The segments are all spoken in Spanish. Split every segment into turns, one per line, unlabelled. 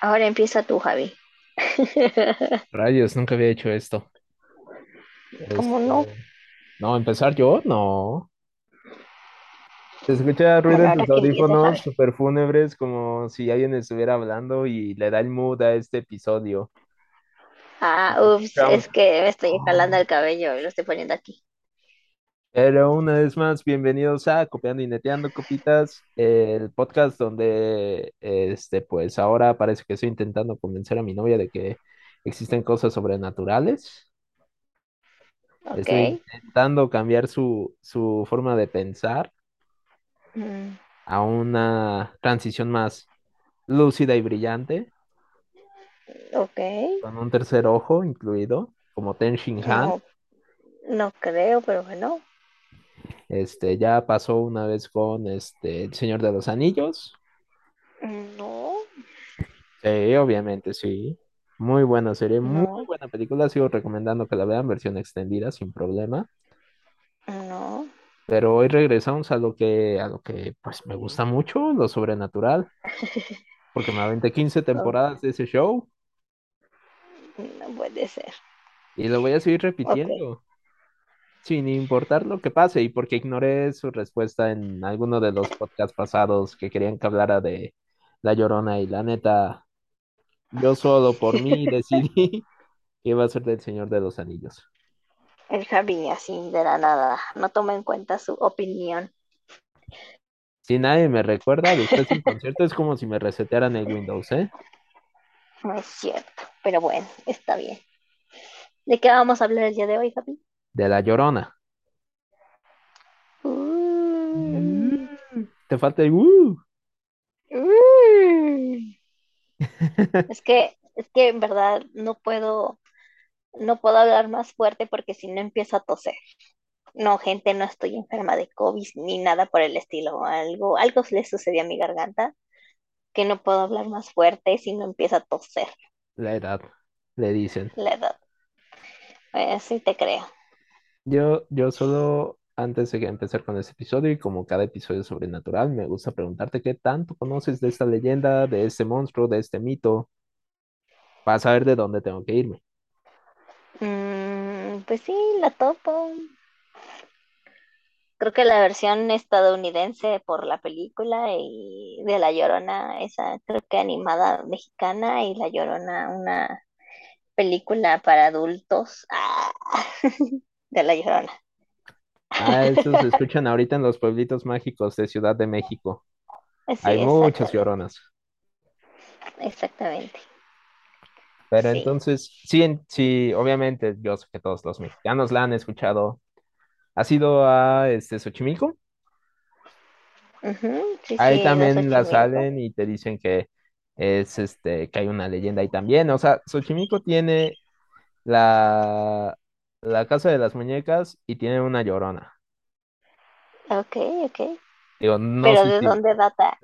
Ahora empieza tú, Javi.
Rayos, nunca había hecho esto.
¿Cómo no?
Este, no, empezar yo, no. Se escucha ruido
Bueno,
en
ahora
tus
que empieza,
audífonos
Javi.
súper fúnebres, como si alguien estuviera hablando y le da el mood a este episodio.
Ah, ups,
Escuchamos.
es que me estoy jalando
Oh.
el cabello y lo estoy poniendo aquí.
Pero una vez más, bienvenidos a Copiando y Neteando Copitas, el podcast donde, este, pues ahora parece que estoy intentando convencer a mi novia de que existen cosas sobrenaturales. Estoy
Ok.
intentando cambiar su, su forma de pensar
Mm,
a una transición más lúcida y brillante,
ok.
con un tercer ojo incluido, como Ten Shin Han.
No, no creo, pero bueno.
Este, ya pasó una vez con este, El Señor de los Anillos.
No,
Sí, obviamente, sí. Muy buena serie, muy
no,
buena película. Sigo recomendando que la vean versión extendida sin problema.
no.
Pero hoy regresamos a lo que, a lo que pues me gusta mucho, lo sobrenatural, porque me aventé 15
Oh,
temporadas de ese show
no puede ser.
y lo voy a seguir
Ok.
repitiendo, sin importar lo que pase, y porque ignoré su respuesta en alguno de los podcasts pasados que querían que hablara de La Llorona y la neta, yo solo por mí decidí que iba a ser del Señor de los Anillos.
El Javi así de la nada. No toma en cuenta su opinión.
Si nadie me recuerda, después de un concierto es como si me resetearan el Windows, ¿eh?
No es cierto, pero bueno, está bien. ¿De qué vamos a hablar el día de hoy, Javi?
De La Llorona.
Uh,
Mm. Te falta el "uh".
uh. Es que, es que en verdad no puedo, no puedo hablar más fuerte porque si no empiezo a toser. No, gente, no estoy enferma de COVID ni nada por el estilo. Algo, algo le sucedió a mi garganta que no puedo hablar más fuerte si no empiezo a toser,
La edad, le dicen.
la verdad. Eh, sí te creo.
Yo, yo solo, antes de que empezar con este episodio, y como cada episodio es sobrenatural, me gusta preguntarte qué tanto conoces de esta leyenda, de este monstruo, de este mito, para saber de dónde tengo que irme.
Mm, pues sí, la topo. Creo que la versión estadounidense por la película y de La Llorona, esa creo que animada mexicana y La Llorona, una película para adultos ah, de La Llorona.
Ah, estos se escuchan ahorita en los pueblitos mágicos de Ciudad de México.
Sí,
Hay muchas
exactamente,
lloronas.
exactamente.
Pero
Sí,
entonces, sí, en- sí, obviamente, yo sé que todos los mexicanos la han escuchado. ¿Has ido a este Xochimilco?
ujú, Sí, sí,
Ahí
he ido a
también la
Este, Xochimilco.
salen y te dicen que es este, que hay una leyenda ahí también. O sea, Xochimilco tiene la, la casa de las muñecas y tiene una llorona.
Ok, ok.
Digo, no
Pero
sé
¿de
si
dónde data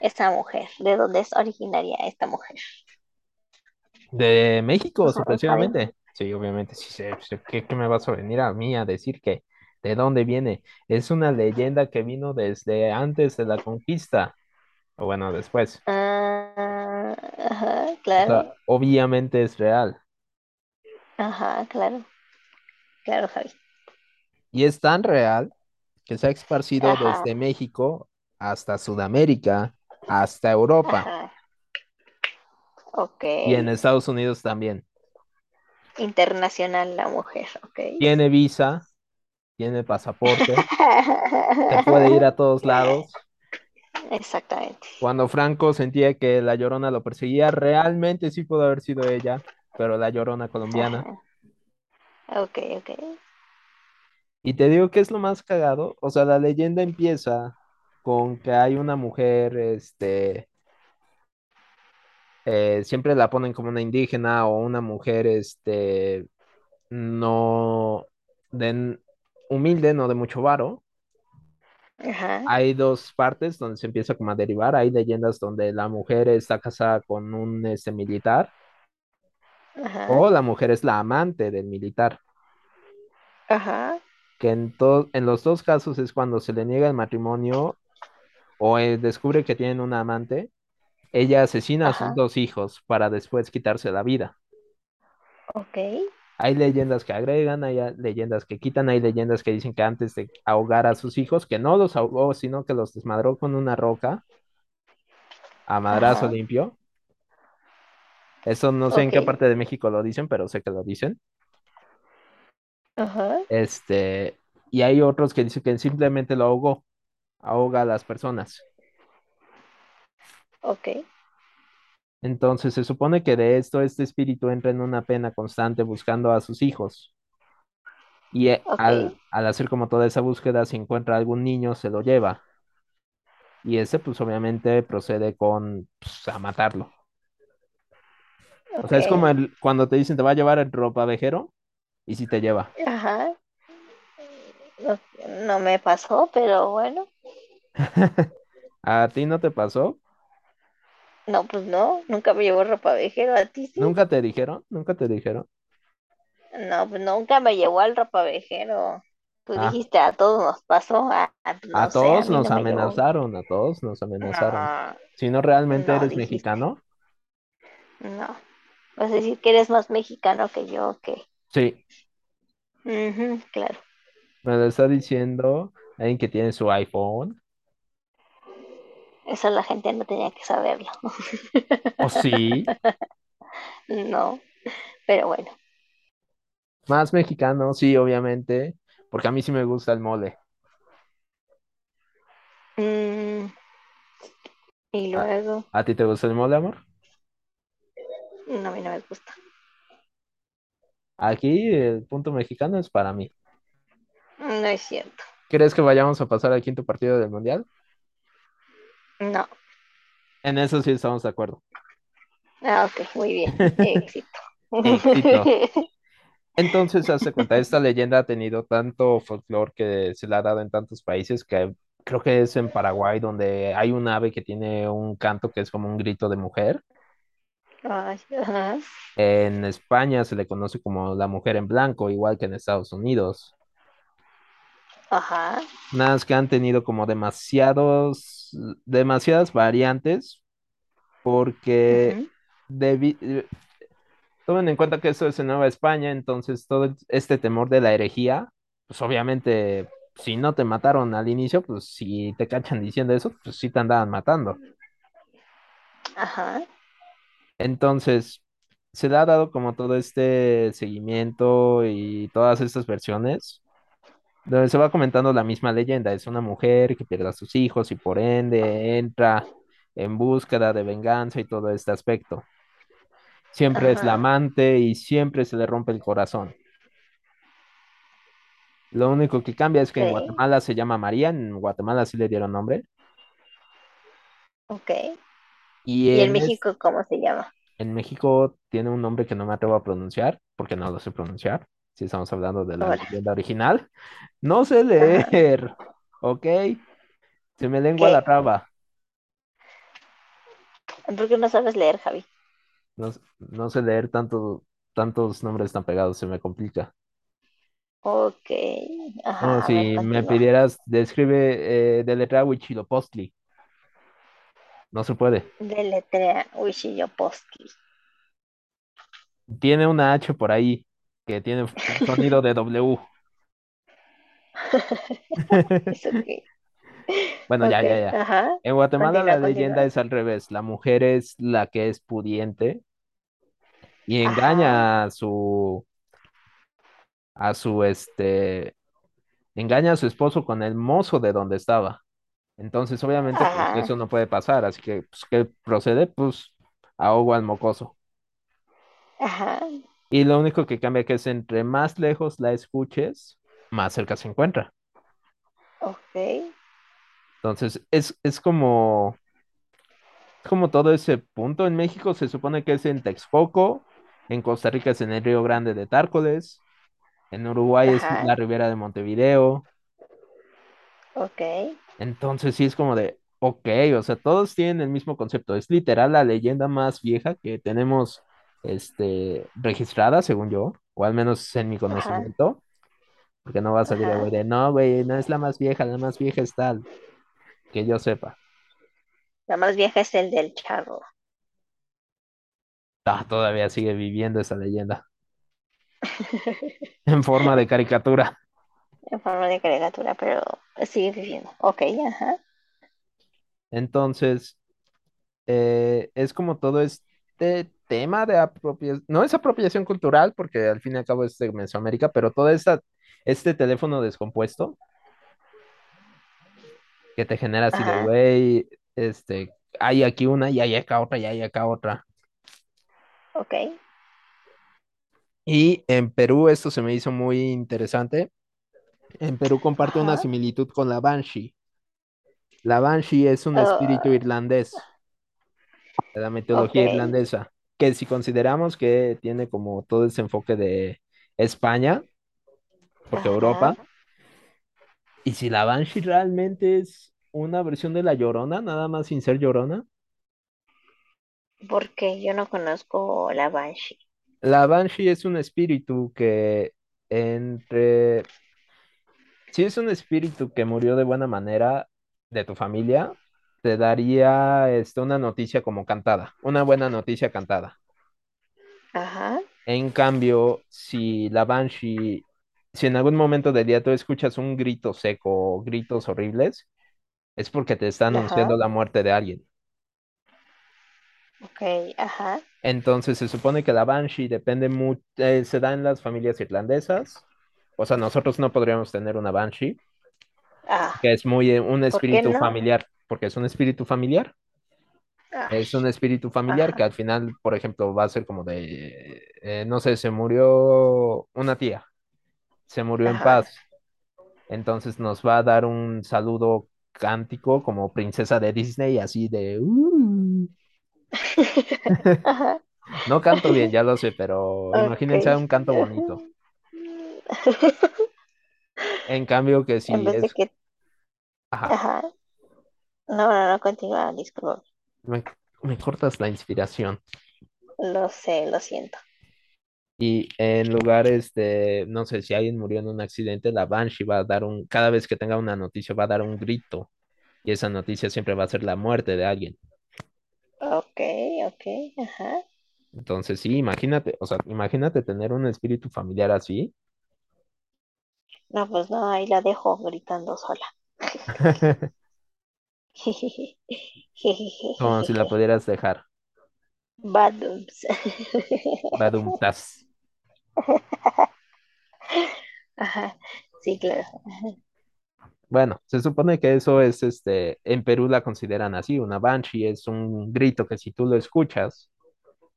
esa mujer? ¿De dónde es originaria esta mujer?
de México,
¿Tú sabes, Javi?
sorpresivamente. Sí, obviamente, sí sé. sé, ¿Qué, qué me vas a venir a mí a decir que de dónde viene? Es una leyenda que vino desde antes de la conquista, o bueno, después.
Ah, ajá,
O
claro,
sea, obviamente es real.
ajá, claro, claro, Javi.
Y es tan real. que se ha esparcido
Ajá,
desde México hasta Sudamérica, hasta Europa
ajá, ok.
y en Estados Unidos también.
Internacional la mujer, ok.
Tiene visa, tiene pasaporte, se puede ir a todos lados.
Exactamente.
Cuando Franco sentía que la Llorona lo perseguía, realmente sí pudo haber sido ella, pero la Llorona colombiana.
Ajá, ok, ok.
Y te digo que es lo más cagado, o sea, la leyenda empieza con que hay una mujer, este, eh, siempre la ponen como una indígena o una mujer, este, no de n- humilde, no de mucho varo.
Ajá,
Hay dos partes donde se empieza como a derivar. Hay leyendas donde la mujer está casada con un este, militar
ajá,
o la mujer es la amante del militar,
ajá.
que en, to- en los dos casos es cuando se le niega el matrimonio o eh, descubre que tienen una amante Ella asesina a sus
Ajá.
dos hijos para después quitarse la vida.
Ok.
Hay leyendas que agregan, hay a- leyendas que quitan, hay leyendas que dicen que antes de ahogar a sus hijos, que no los ahogó, sino que los desmadró con una roca a madrazo
Ajá.
limpio. Eso no sé en
Ok.
qué parte de México lo dicen, pero sé que lo dicen.
Ajá.
Este, y hay otros que dicen que simplemente lo ahogó, ahoga a las personas.
Ok.
Entonces se supone que de esto este espíritu entra en una pena constante buscando a sus hijos. Y eh,
Ok.
al, al hacer como toda esa búsqueda, si encuentra algún niño, se lo lleva. Y ese pues obviamente procede con pues, a matarlo. O
Ok.
sea, es como el, cuando te dicen te va a llevar el ropavejero y si te lleva.
Ajá. No, no me pasó, pero bueno.
¿A ti no te pasó?
No, pues no. Nunca me llevó ropa vejero. ¿A ti sí?
¿Nunca te dijeron? ¿Nunca te dijeron?
No, pues nunca me llevó al ropavejero. Tú
Ah,
dijiste a todos nos pasó. Ah, pues no sé,
a
a
todos
mí
nos
no me llevó.
amenazaron, a todos nos amenazaron.
No,
Si no realmente
no
eres
dijiste.
mexicano,
No. Vas a decir que eres más mexicano que yo, ok.
sí,
Ujú, claro.
me lo está diciendo alguien que tiene su iPhone.
Eso la gente no tenía que saberlo.
¿O sí?
No, pero bueno.
Más mexicano, sí, obviamente, porque a mí sí me gusta el mole.
Mm, y
¿A,
luego,
a ti te gusta el mole, amor?
no, a mí no me gusta.
Aquí el punto mexicano es para mí.
No es cierto.
¿Crees que vayamos a pasar al quinto partido del Mundial?
No.
En eso sí estamos de acuerdo.
Ah, ok, muy bien. Éxito.
Éxito. Entonces, hace cuenta, esta leyenda ha tenido tanto folclore que se la ha dado en tantos países que creo que es en Paraguay donde hay un ave que tiene un canto que es como un grito de mujer.
Ay, ajá.
En España se le conoce como la mujer en blanco, igual que en Estados Unidos.
Ajá.
Nada más que han tenido como demasiados, demasiadas variantes porque
Ujú.
debi- eh, tomen en cuenta que esto es en Nueva España, entonces todo el- este temor de la herejía, pues obviamente si no te mataron al inicio, pues si te cachan diciendo eso, pues sí te andaban matando.
Ajá.
Entonces, se le ha dado como todo este seguimiento y todas estas versiones. donde se va comentando la misma leyenda. Es una mujer que pierde a sus hijos y por ende entra en búsqueda de venganza y todo este aspecto. Siempre es la
Ajá.
amante y siempre se le rompe el corazón. Lo único que cambia es que en
Ok.
Guatemala se llama María, en Guatemala sí le dieron nombre.
Ok.
Y
¿Y en
en, es-
México cómo se llama?
en México tiene un nombre que no me atrevo a pronunciar, porque no lo sé pronunciar. Si estamos hablando de la
Ahora.
leyenda original. No sé
Ajá.
leer, ¿ok? Se me lengua la
¿Qué?
traba.
¿Por qué no sabes leer, Javi?
No, s- no sé leer tanto, tantos nombres tan pegados, se me complica.
Ok.
Como
Ajá. Ah, A ver,
si me
continúa.
pidieras, describe, eh, deletrea Huitzilopochtli. No se puede.
Deletrea Huitzilopochtli.
Tiene una H por ahí que tiene un sonido de W.
¿Eso qué?
Bueno, ya,
Ok.
ya, ya.
Ajá.
En Guatemala la
Continúa,
leyenda
continúa.
es al revés. La mujer es la que es pudiente y
Ajá.
engaña a su, a su, este, engaña a su esposo con el mozo de donde estaba. Entonces, obviamente, pues eso
Ajá.
no puede pasar. Así que, pues, ¿qué procede? Pues ahogo al mocoso.
Ajá.
Y lo único que cambia que es entre más lejos la escuches, más cerca se encuentra.
Ok.
Entonces, es, es como, es como todo ese punto. En México se supone que es en Texcoco, en Costa Rica es en el Río Grande de Tárcoles, en Uruguay es
Ajá.
la Ribera de Montevideo.
Ok.
Entonces, sí es como de, ok, o sea, todos tienen el mismo concepto. Es literal la leyenda más vieja que tenemos, este, registrada, según yo, o al menos en mi
Ajá.
conocimiento. Porque no va a salir el
Ajá.
güey de, no, güey, no es la más vieja, la más vieja es tal, que yo sepa.
La más vieja es el del charro.
Ah, todavía sigue viviendo esa leyenda. En forma de caricatura.
En forma de caricatura, pero sigue viviendo. Ok, ajá.
Entonces, eh, es como todo este tema de apropiación, no es apropiación cultural, porque al fin y al cabo es de Mesoamérica, pero todo esta, este teléfono descompuesto que te genera así de,
Ajá.
güey, este, hay aquí una y hay acá otra y hay acá otra.
Ok.
Y en Perú esto se me hizo muy interesante. En Perú comparte una
Ajá.
similitud con la Banshee. La Banshee es un espíritu irlandés. de la mitología
Ah. Ok.
irlandesa, que si consideramos que tiene como todo ese enfoque de España, porque Europa,
Ajá.
y si la Banshee realmente es una versión de la Llorona, nada más sin ser Llorona,
Porque yo no conozco la Banshee.
la Banshee es un espíritu que entre, si es un espíritu que murió de buena manera de tu familia, te daría este, una noticia como cantada, una buena noticia cantada.
Ajá.
En cambio, si la Banshee, si en algún momento del día tú escuchas un grito seco o gritos horribles, es porque te está
Ajá.
anunciando la muerte de alguien.
Ok. Ajá.
Entonces se supone que la Banshee depende mu- eh, se da en las familias irlandesas. O sea, nosotros no podríamos tener una Banshee,
Ah.
que es muy eh, un
¿Por qué
espíritu
no?
familiar, porque es un espíritu familiar.
Ay.
Es un espíritu familiar que
Ajá.
al final, por ejemplo, va a ser como de, eh, no sé, se murió una tía, se murió en
Ajá.
paz. Entonces nos va a dar un saludo cántico como princesa de Disney, así de... "Uh".
Ajá.
No canto bien, ya lo sé, pero imagínense
Okay.
un canto bonito. En cambio que
En
si
vez de
es...
que,
Ajá,
ajá. No, no, no, continúa, disculpa.
me, me cortas la inspiración.
Lo sé, lo siento.
Y en lugares de, no sé, si alguien murió en un accidente, la Banshee va a dar un, cada vez que tenga una noticia va a dar un grito. Y esa noticia siempre va a ser la muerte de alguien.
Ok, ok, ajá.
Entonces sí, imagínate, o sea, imagínate tener un espíritu familiar así.
No, pues no, ahí la dejo gritando sola.
Como si la pudieras dejar.
Badums.
Badumtas.
Ajá. Sí, claro.
Bueno, se supone que eso es, este, en Perú la consideran así, una banshee es un grito que si tú lo escuchas,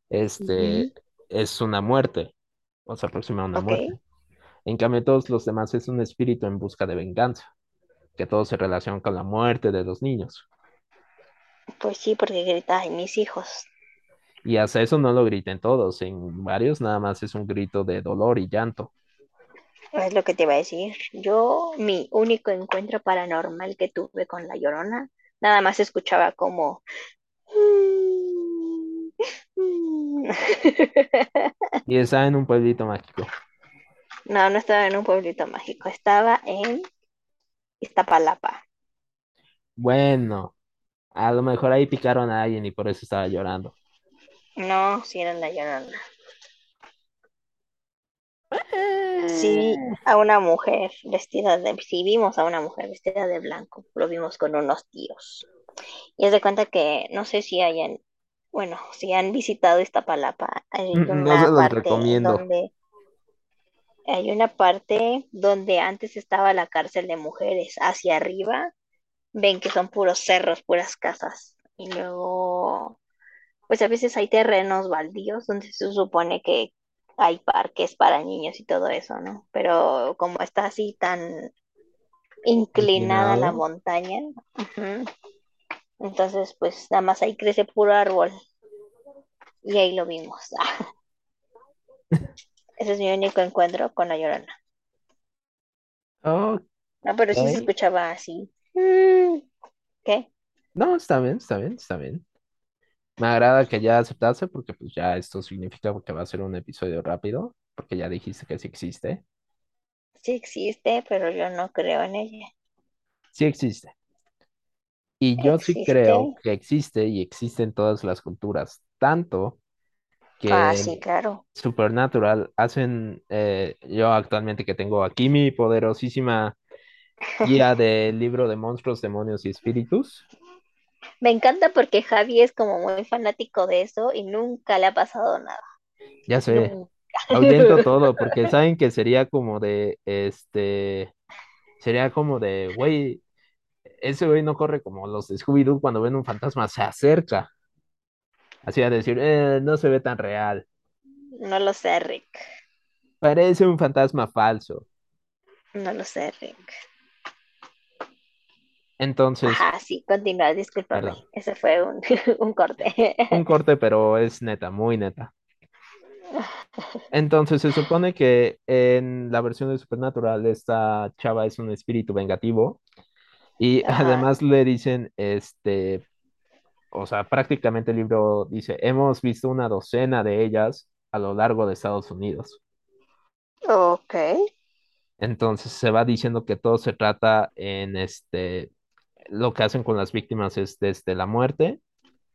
este,
Ujú.
es una muerte, o se aproxima a una
Ok,
muerte. En cambio, todos los demás es un espíritu en busca de venganza, que todo se relaciona con la muerte de los niños.
pues sí, porque grita, ay, mis hijos.
Y hasta eso no lo griten todos, en varios nada más es un grito de dolor y llanto.
Es lo que te iba a decir. Yo, mi único encuentro paranormal que tuve con la Llorona, nada más escuchaba como...
Y está en un pueblito mágico.
No, no estaba en un pueblito mágico, estaba en Iztapalapa.
Bueno, a lo mejor ahí picaron a alguien y por eso estaba llorando.
No, sí era en la Llorona. Sí,
Eh.
a una mujer vestida de... Sí, vimos a una mujer vestida de blanco, lo vimos con unos tíos. Y es de cuenta que no sé si hayan, bueno, si han visitado Iztapalapa, hay
Mm, No se
una
los
parte
recomiendo.
donde, hay una parte donde antes estaba la cárcel de mujeres, hacia arriba, ven que son puros cerros, puras casas. Y luego, pues a veces hay terrenos baldíos donde se supone que hay parques para niños y todo eso, ¿no? Pero como está así tan inclinada la
Inclinado.
montaña, ujú, entonces pues nada más ahí crece puro árbol y ahí lo vimos. Ah, ese es mi único encuentro con la Llorona.
Ok.
No, pero sí se escuchaba así. Mm, ¿Qué?
No, está bien, está bien, está bien. Me agrada que ya aceptaste porque pues ya esto significa que va a ser un episodio rápido, porque ya dijiste que sí existe.
Sí existe, pero yo no creo en ella.
Sí existe. Y yo sí
¿Existe?
creo que existe y existe en todas las culturas, tanto
Ah,
que
sí, claro.
Supernatural hacen, eh, yo actualmente que tengo aquí mi poderosísima guía del libro de monstruos, demonios y espíritus,
Me encanta porque Javi es como muy fanático de eso y nunca le ha pasado nada.
ya sé,
Nunca.
ahuyento todo porque saben que sería como de, este, sería como de, güey, ese güey no corre como los de Scooby-Doo cuando ven un fantasma, se acerca, así a decir, "Eh, no se ve tan real,
No lo sé, Rick.
parece un fantasma falso.
No lo sé, Rick.
Entonces,
Ajá, sí, continúa, discúlpame.
perdón,
Ese fue un, un corte.
un corte, pero es neta, muy neta. Entonces se supone que en la versión de Supernatural esta chava es un espíritu vengativo y
Ajá,
además le dicen, este, o sea, prácticamente el libro dice, hemos visto una docena de ellas a lo largo de Estados Unidos.
ok.
Entonces se va diciendo que todo se trata en este, lo que hacen con las víctimas es desde la muerte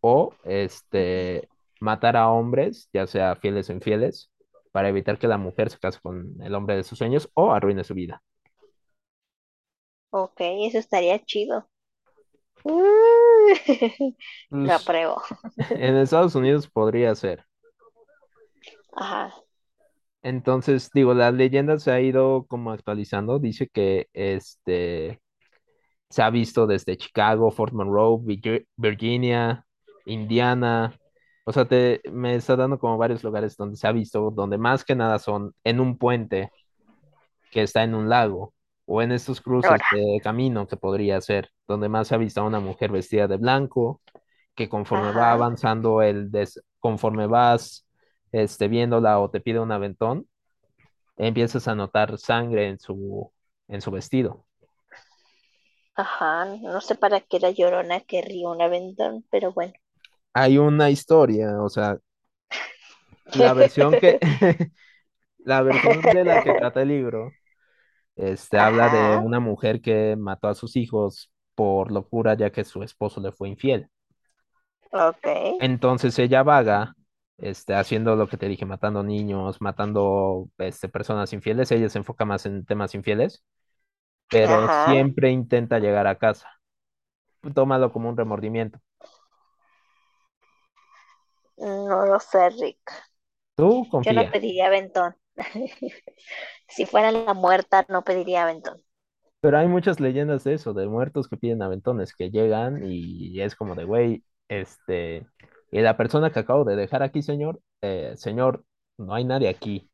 o este, matar a hombres, ya sea fieles o infieles, para evitar que la mujer se case con el hombre de sus sueños o arruine su vida.
Ok, eso estaría chido. Mm. Lo
Pues,
apruebo.
en Estados Unidos podría ser.
Ajá.
Entonces, digo, la leyenda se ha ido como actualizando. Dice que este se ha visto desde Chicago, Fort Monroe, Virgi- Virginia, Indiana. O sea, te, me está dando como varios lugares donde se ha visto, donde más que nada son en un puente que está en un lago o en estos cruces
Ahora.
de camino que podría ser, donde más se ha visto a una mujer vestida de blanco. que conforme
Ajá.
va avanzando el des- conforme vas este, viéndola o te pide un aventón, empiezas a notar sangre en su en su vestido.
Ajá. No sé para qué la llorona querría un aventón, pero bueno.
Hay una historia, o sea, la versión que la versión de la que trata el libro, este habla de
Ajá.
una mujer que mató a sus hijos por locura ya que su esposo le fue infiel. Eh.
Ok.
Entonces ella vaga, este, haciendo lo que te dije, matando niños, matando, este, personas infieles. Ella se enfoca más en temas infieles. pero
Ajá.
siempre intenta llegar a casa. Tómalo como un remordimiento.
No lo sé, Rick. Yo
Tú
no
confía.
pediría aventón. Si fuera la muerta, no pediría aventón.
Pero hay muchas leyendas de eso, de muertos que piden aventones, que llegan y es como de, güey, este, y la persona que acabo de dejar aquí, señor, eh, señor, no hay nadie aquí.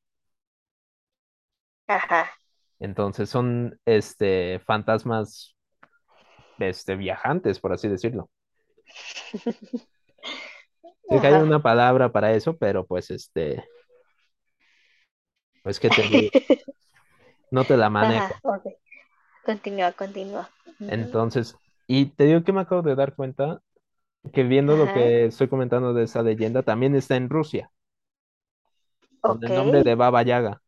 Ajá.
Entonces son, este, fantasmas, este, viajantes, por así decirlo. Sé que hay
Ajá.
una palabra para eso, pero pues, este, pues, ¿qué te digo? No te la manejo.
Ajá. Ok. Continúa, continúa. Ujú.
Entonces, y te digo que me acabo de dar cuenta que viendo lo
Ajá.
que estoy comentando de esa leyenda, también está en Rusia, con
Ok.
el nombre de Baba Yaga.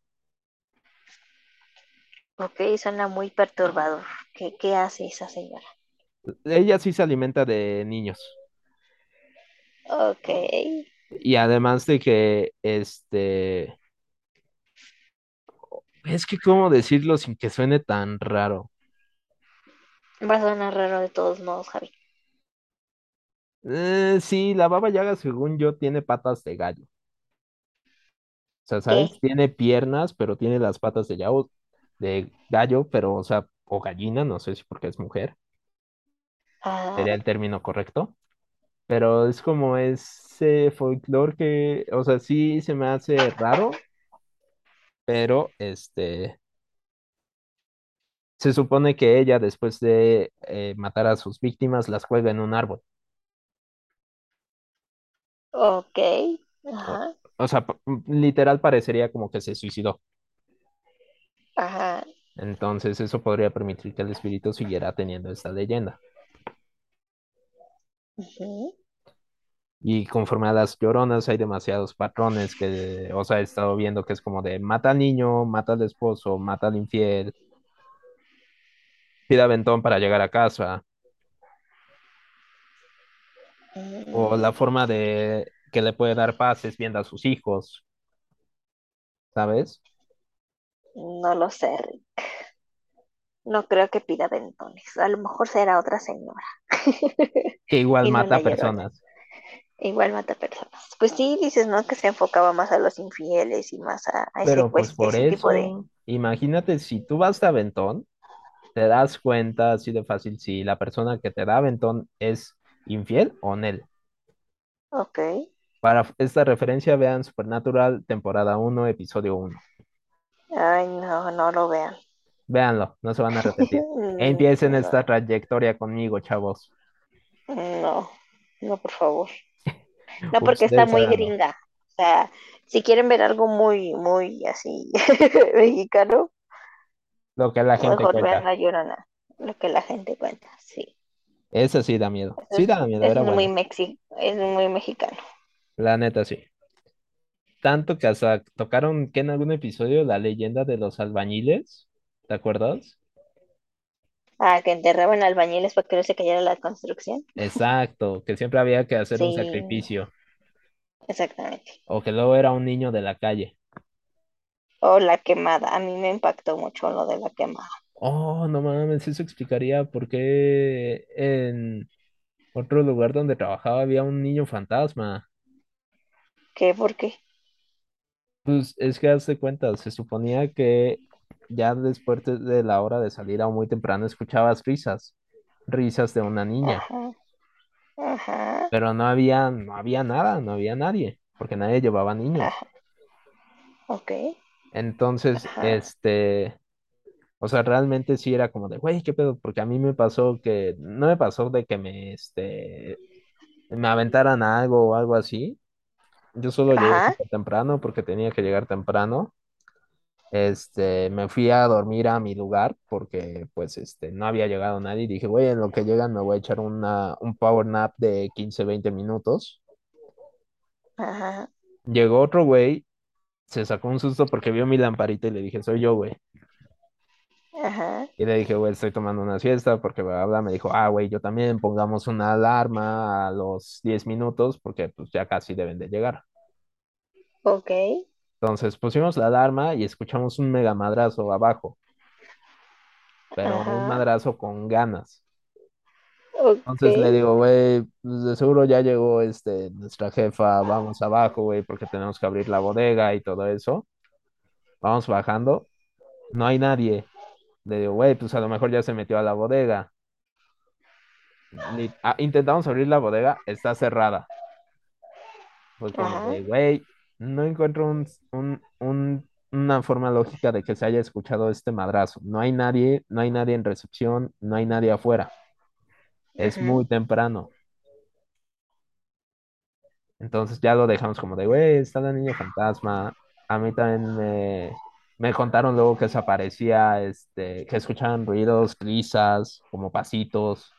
Ok, suena muy perturbador. ¿Qué, qué hace esa señora?
Ella sí se alimenta de niños.
Ok.
Y además de que, este, es que cómo decirlo sin que suene tan raro.
Va a sonar raro de todos modos, Javi.
Eh, sí, la Baba Yaga, según yo, tiene patas de gallo. O sea,
¿Qué?
¿sabes? Tiene piernas, pero tiene las patas de yao- de gallo, pero, o sea, o gallina, no sé si porque es mujer,
Ah,
sería el término correcto. Pero es como ese folclore que, o sea, sí se me hace raro, pero este, se supone que ella después de eh, matar a sus víctimas las cuelga en un árbol.
Ah, ok.
O,
Ajá.
o sea, pa- m- literal parecería como que se suicidó.
Ajá.
Entonces eso podría permitir que el espíritu siguiera teniendo esta leyenda.
ujú.
Y conforme a las lloronas hay demasiados patrones que, o sea, he estado viendo que es como de mata al niño, mata al esposo, mata al infiel, pide aventón para llegar a casa. o la forma de que le puede dar paz es viendo a sus hijos, ¿sabes?
No lo sé, Rick. No creo que pida bentones. A lo mejor será otra señora.
Que igual
Y no
mata
la llorona.
personas.
Igual mata personas. Pues sí, dices, ¿no? Que se enfocaba más a los infieles y más a, a ese,
Pero pues
cues-
por
ese tipo de...
eso, imagínate si tú vas a Aventón, te das cuenta así de fácil si la persona que te da Aventón es infiel o Nel.
Ok.
Para esta referencia vean Supernatural, temporada 1, episodio 1.
Ay, no, no lo vean. Mm,
Véanlo, no se van a arrepentir. Empiecen esta trayectoria conmigo, chavos.
No, no, por favor. No, porque
Ustedes
está muy
háganlo.
gringa. O sea, si quieren ver algo muy, muy así mexicano,
Lo que la gente
mejor vean
cuenta.
La Llorona. Lo que la gente cuenta, sí.
Eso sí da miedo.
Eso
Sí
es,
da miedo,
es
era
muy
bueno.
mexi, es muy mexicano.
La neta sí. Tanto que hasta tocaron que en algún episodio la leyenda de los albañiles, ¿te acuerdas?
Ah, que enterraban albañiles para que no se cayera la construcción.
Exacto, que siempre había que hacer un
Sí,
sacrificio,
exactamente.
o que luego era un niño de la calle.
O la quemada. A mí me impactó mucho lo de la quemada.
Oh, no mames, eso explicaría por qué en otro lugar donde trabajaba había un niño fantasma.
¿Qué? ¿Por qué?
Pues es que hazte cuenta, se suponía que ya después de de la hora de salir o muy temprano escuchabas risas, risas de una niña,
Ajá, ajá,
pero no había, no había nada, no había nadie, porque nadie llevaba niños.
ajá. Ok,
Entonces,
ajá.
este, o sea, realmente sí era como de, güey, qué pedo, porque a mí me pasó que, no me pasó de que me, este, me aventaran algo o algo así. Yo solo llegué
Ajá,
súper temprano porque tenía que llegar temprano. Este, me fui a dormir a mi lugar porque, pues, este, no había llegado nadie. Y dije, güey, en lo que llegan me voy a echar una, un power nap de 15, 20 minutos.
ajá.
Llegó otro güey, se sacó un susto porque vio mi lamparita y le dije, soy yo, güey.
Ajá,
Y le dije, güey, estoy tomando una siesta porque bla, bla, bla. Me dijo, ah, güey, yo también, pongamos una alarma a los 10 minutos porque, pues, ya casi deben de llegar.
ok.
Entonces pusimos la alarma y escuchamos un mega madrazo abajo, pero un
Ajá,
madrazo con ganas.
ok.
Entonces le digo, güey, pues de seguro ya llegó este, nuestra jefa, vamos abajo, güey, porque tenemos que abrir la bodega y todo eso. Vamos bajando, no hay nadie. Le digo, güey, pues a lo mejor ya se metió a la bodega. Ni- ah, intentamos abrir la bodega, está cerrada. Fue como
Ajá,
de, güey, no encuentro un, un- un- una forma lógica de que se haya escuchado este madrazo. No hay nadie, no hay nadie en recepción, no hay nadie afuera. Es
ajá.
muy temprano. Entonces ya lo dejamos como de, güey, está la niña fantasma. A mí también me, me contaron luego que se aparecía, este, que escuchaban ruidos, risas, como pasitos.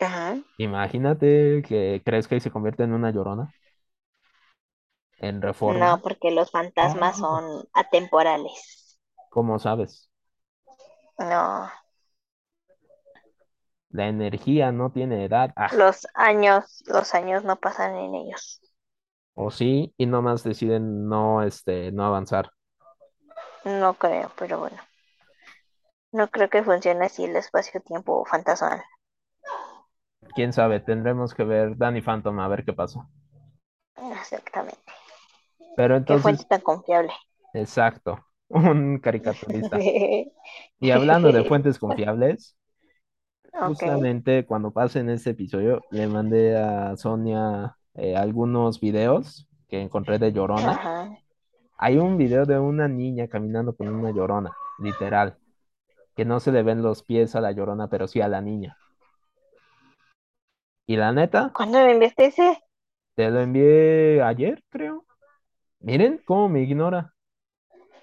Ajá.
Imagínate que crezca y se convierte en una llorona en reforma.
No, porque los fantasmas
Oh,
son atemporales.
¿cómo sabes?
No,
La energía no tiene edad. Ah,
los años, los años no pasan en ellos.
o sí, y nomás deciden no, este, no avanzar.
No creo, pero bueno. No creo que funcione así el espacio-tiempo fantasmal.
Quién sabe, tendremos que ver Danny Phantom a ver qué pasa.
Exactamente.
Pero
Qué fuente
entonces,
tan confiable.
exacto, un caricaturista. Y hablando de fuentes confiables,
Ok.
justamente cuando pasen este episodio, le mandé a Sonia eh, algunos videos que encontré de Llorona.
Ajá.
Hay un video de una niña caminando con una llorona, literal, que no se le ven los pies a la llorona, pero sí a la niña. Y la neta,
¿Cuándo lo enviaste ese?
te lo envié ayer, creo. Miren cómo me ignora.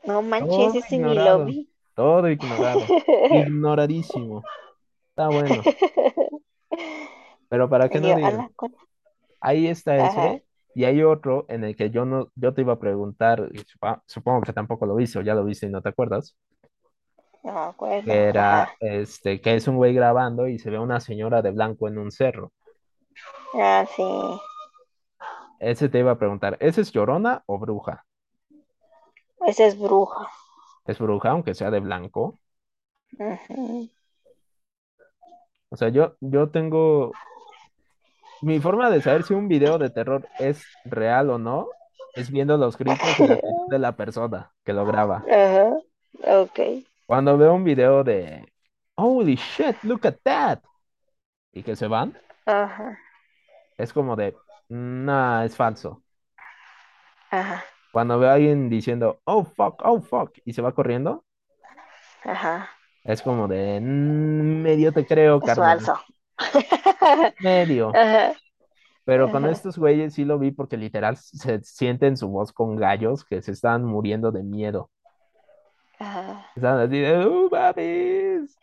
No manches,
Todo
ese ni lo
Oh, ignorado.
vi.
Todo ignorado. Ignoradísimo. Está bueno. Pero para que no
Yo, a
digan,
la cu-
ahí está
Ajá.
ese. Y hay otro en el que yo no, yo te iba a preguntar, y supa- supongo que tampoco lo viste, o ya lo viste y no te acuerdas,
No me acuerdo.
que
Ajá.
era este, que es un güey grabando y se ve una señora de blanco en un cerro.
Ah, sí.
Ese te iba a preguntar, ¿ese es llorona o bruja?
Esa es bruja.
Es bruja, aunque sea de blanco.
Ujú.
O sea, yo, yo tengo... Mi forma de saber si un video de terror es real o no es viendo los gritos y la actitud de la persona que lo graba.
Ajá. Ok.
Cuando veo un video de Holy shit, look at that. Y que se van,
Ajá.
es como de, nah, es falso.
Ajá.
Cuando veo a alguien diciendo, oh fuck, oh fuck, y se va corriendo,
Ajá.
es como de, "Mm, medio te creo,
Es
carnal.
falso.
Medio.
Ajá.
Pero con
Ajá.
estos güeyes sí lo vi porque literal se sienten su voz con gallos que se están muriendo de miedo.
Ajá.
Están así de, ¡uh, mames!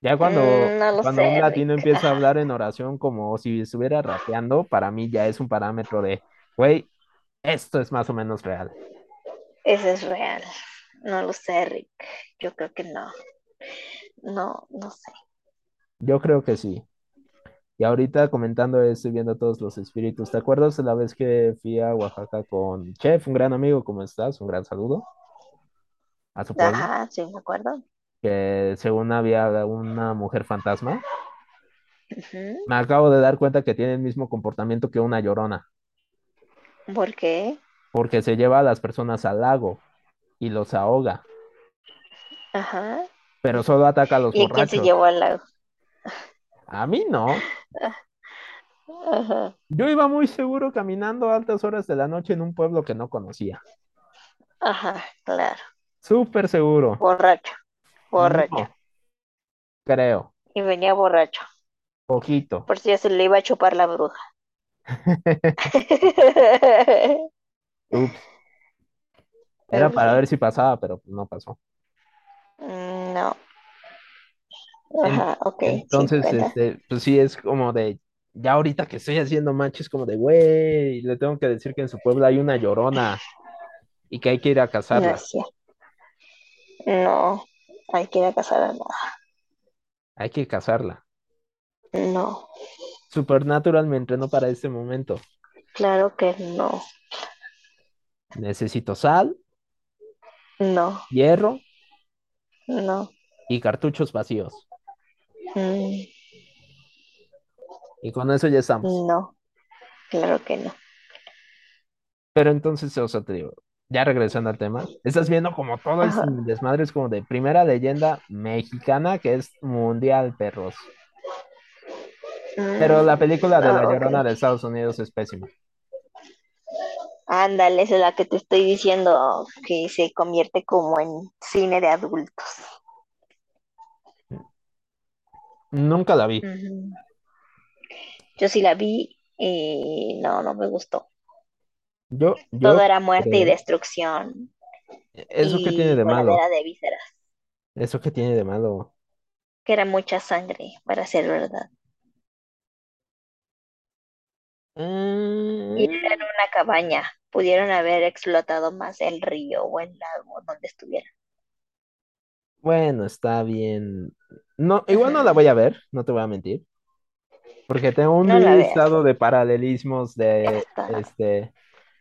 Ya cuando,
Mm, no lo
cuando un
sé,
latino
Rick.
empieza a hablar en oración como si estuviera rapeando, para mí ya es un parámetro de, güey, esto es más o menos real.
Eso es real. No lo sé, Rick. Yo creo que no. No, no sé.
Yo creo que sí. Y ahorita comentando, estoy viendo todos los espíritus. ¿Te acuerdas de la vez que fui a Oaxaca con Chef, un gran amigo? ¿Cómo estás? Un gran saludo a su pueblo.
Ajá, sí, me acuerdo.
Que según había una mujer fantasma,
Ujú.
me acabo de dar cuenta que tiene el mismo comportamiento que una llorona,
¿Por qué?
porque se lleva a las personas al lago y los ahoga.
Ajá.
pero solo ataca a los
¿Y a quién se
borrachos.
llevó al lago?
A mí no.
Ajá.
Yo iba muy seguro caminando a altas horas de la noche en un pueblo que no conocía.
Ajá, claro.
Súper seguro.
Borracho, borracho.
No, creo.
Y venía borracho.
Poquito.
Por si ya se le iba a chupar la bruja.
Ups. Era
Pero
para ver
sí.
si pasaba, pero pues no pasó.
Mm, No.
En-
Ajá, ok, sí,
entonces,
cuenta.
este, pues sí, es como de, ya ahorita que estoy haciendo manches, como de, güey, le tengo que decir que en su pueblo hay una llorona y que hay que ir a
No
cazarla.
es cierto. No. Hay que ir a casar a nada.
Hay que cazarla.
No.
Supernatural me entrenó para este momento.
Claro que no.
Necesito sal,
No,
hierro
no.
y cartuchos vacíos.
Mm,
Y con eso ya estamos.
No. Claro que no.
Pero entonces, o sea, te digo, ya regresando al tema, estás viendo como todo el
Ajá.
desmadre es como de primera leyenda mexicana que es mundial, perros. Pero la película
Mm,
de La
ah, ok.
Llorona de Estados Unidos es pésima.
Ándale, esa es la que te estoy diciendo que se convierte como en cine de adultos.
Nunca la vi.
Ujú. Yo sí la vi y no, no me gustó.
Yo,
Todo
yo
era muerte y
creo.
destrucción
¿Eso qué tiene
y
de malo?
voladera de vísceras,
¿Eso qué tiene de malo?
que era mucha sangre para ser verdad. Y era en
Mm,
una cabaña, pudieron haber explotado más el río o el lago donde estuviera.
bueno, está bien. No, igual no la
Ujú.
voy a ver, no te voy a mentir. Porque tengo un
No la veas,
listado de paralelismos de
está,
este.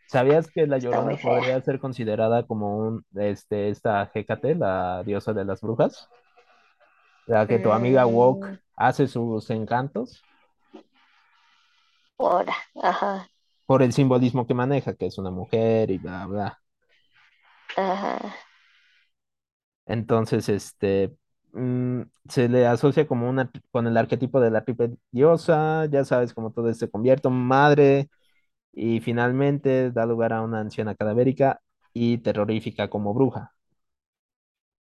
¿Sabías que la
está muy
Llorona
fea.
podría ser considerada como un este esta Hécate, la diosa de las brujas? La que tu amiga Wok
Mm,
hace sus encantos
ahora, ajá,
por el simbolismo que maneja, que es una mujer y bla bla.
ajá,
Entonces, este mm, se le asocia como una con el arquetipo de la triple diosa, ya sabes cómo todo se convierte, madre. y finalmente da lugar a una anciana cadavérica y terrorífica como bruja.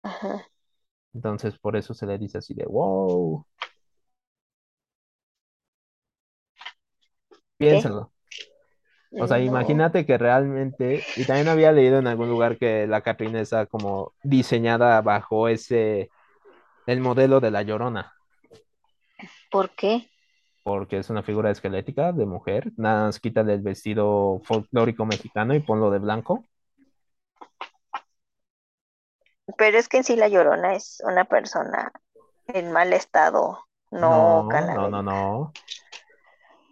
ajá.
Entonces, por eso se le dice así de wow,
¿Qué? Eh,
piénsalo. O sea,
No.
imagínate que realmente, y también había leído en algún lugar que la Catrina está como diseñada bajo ese, el modelo de la Llorona,
¿Por qué?
porque es una figura esquelética de mujer, nada más quítale el vestido folclórico mexicano y ponlo de blanco.
Pero es que en sí la Llorona es una persona en mal estado, no
No, no, no,
cadavérica.
no.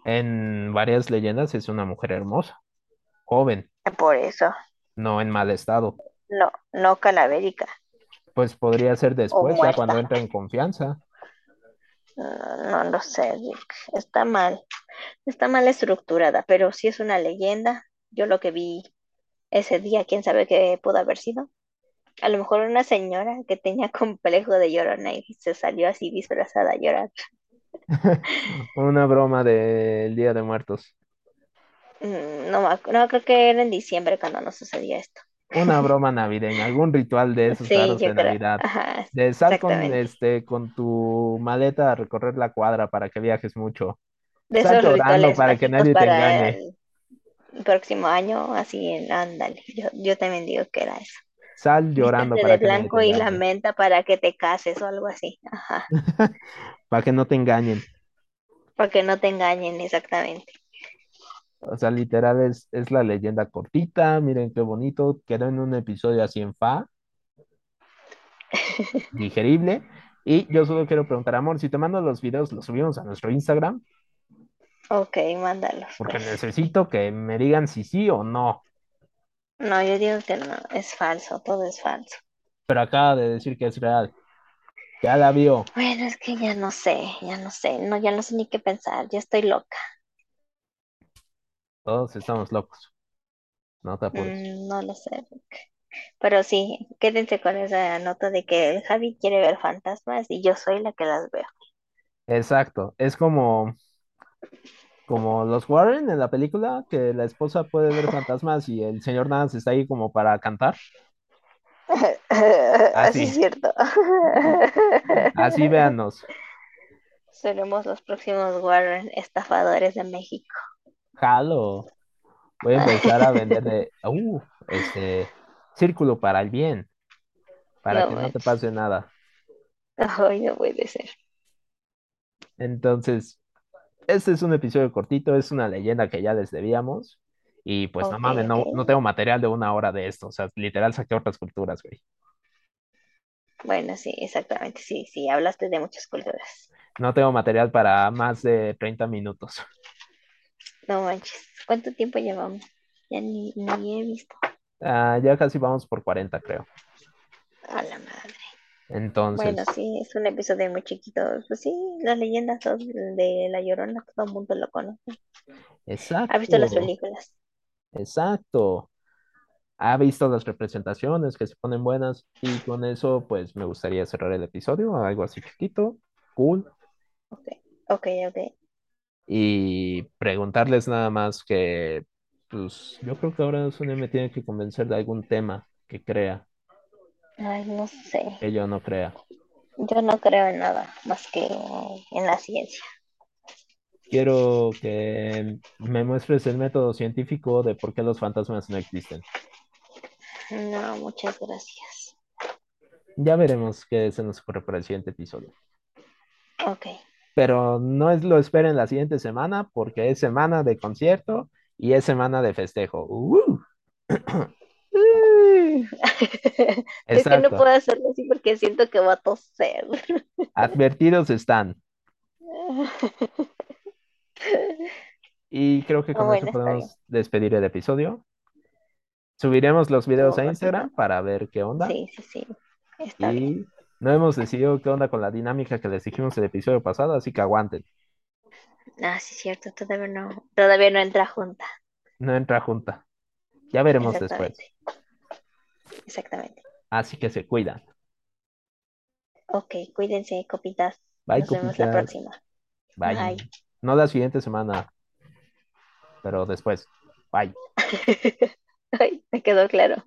En varias leyendas es una mujer hermosa, joven,
Por eso.
no en mal estado.
No, no calavérica.
Pues podría ser después, ya
muerta.
cuando entra en confianza.
Mm, No, no lo sé, Rick. Está mal. Está mal estructurada, pero sí es una leyenda. Yo lo que vi ese día, quién sabe qué pudo haber sido. A lo mejor una señora que tenía complejo de llorona y se salió así disfrazada a llorar.
Una broma del Día de Muertos.
Mm, No, me ac- no, creo que era en diciembre cuando nos sucedió esto.
Una broma navideña, algún ritual de esos
Sí,
raros
yo
de
creo.
Navidad.
Ajá,
De sal con
exactamente.
este con tu maleta a recorrer la cuadra para que viajes mucho.
De
Sal
esos
llorando
rituales
para que
mágicos
nadie te
para
engañe.
el próximo año, así en ándale. Yo, yo también digo que era eso.
Sal llorando
Vístete de
para que nadie te
blanco y
engañe.
lamenta para que te cases o algo así. Ajá.
Para que no te engañen.
Para que no te engañen exactamente.
O sea, literal es, es la leyenda cortita. Miren qué bonito. Quedó en un episodio así en fa, digerible. Y yo solo quiero preguntar, amor, si te mando los videos, los subimos a nuestro Instagram,
Ok, mándalos,
porque
pues.
necesito que me digan si sí o no.
No, yo digo que no, es falso, todo es falso.
Pero acaba de decir que es real. Ya la vio.
Bueno, es que ya no sé, ya no sé, no, ya no sé ni qué pensar, ya estoy loca.
Todos estamos locos. No te apures.
Mm, no lo sé. Rick. Pero sí, quédense con esa nota de que el Javi quiere ver fantasmas y yo soy la que las veo.
Exacto, es como, como los Warren en la película, que la esposa puede ver fantasmas y el señor nada más está ahí como para cantar.
Así
Así,
es cierto.
así véanos.
Seremos los próximos Warren estafadores de México.
Jalo, voy a empezar a vender de, uh, este, círculo para el bien, para
No
que no te
manches.
pase nada.
Ay, no puede ser.
Entonces, este es un episodio cortito, es una leyenda que ya les debíamos. Y pues no
Ok,
mames, no, no
ok.
tengo material de una hora de esto, o sea, literal saqué otras culturas, güey.
Bueno, sí, exactamente. Sí, sí, hablaste de muchas culturas.
No tengo material para más de 30 minutos.
No manches. ¿Cuánto tiempo llevamos? Ya ni, ni he visto.
Ah, ya casi vamos por 40, creo.
A la madre. Bueno,
Entonces,
sí, es un episodio muy chiquito. Pues sí, las leyendas son de La Llorona, todo el mundo lo conoce. ¿Ha visto las
exacto,
películas?
exacto. Ha visto las representaciones que se ponen buenas y con eso, pues me gustaría cerrar el episodio, algo así chiquito, cool,
Ok, ok, ok.
y preguntarles nada más que, pues yo creo que ahora Sune me tiene que convencer de algún tema que crea,
Ay, no sé.
que yo no crea.
Yo no creo en nada más que en la ciencia.
Quiero que me muestres el método científico de por qué los fantasmas no existen.
No, muchas gracias.
Ya veremos qué se nos ocurre para el siguiente episodio.
Ok,
Pero no es lo esperen la siguiente semana porque es semana de concierto y es semana de festejo. ¡Uh!
Es que no
Exacto.
puedo hacerlo así porque siento que va a toser.
Advertidos están. Y creo que
Ah,
con eso
bueno, está bien.
podemos despedir el episodio. Subiremos los videos
Estuvo
a
cortito.
Instagram para ver qué onda.
pues, Sí, sí, sí. Está bien.
Y no hemos decidido qué onda con la dinámica que les dijimos el episodio pasado, así que aguanten.
Ah, sí, cierto. Todavía no, todavía no entra junta.
No entra junta. Ya veremos después.
Exactamente, exactamente.
Así que se cuidan.
Ok, cuídense, copitas.
Bye,
Nos vemos la
copitas.
próxima.
Bye.
Bye.
No la siguiente semana, pero después. Bye.
Ay, me quedó claro.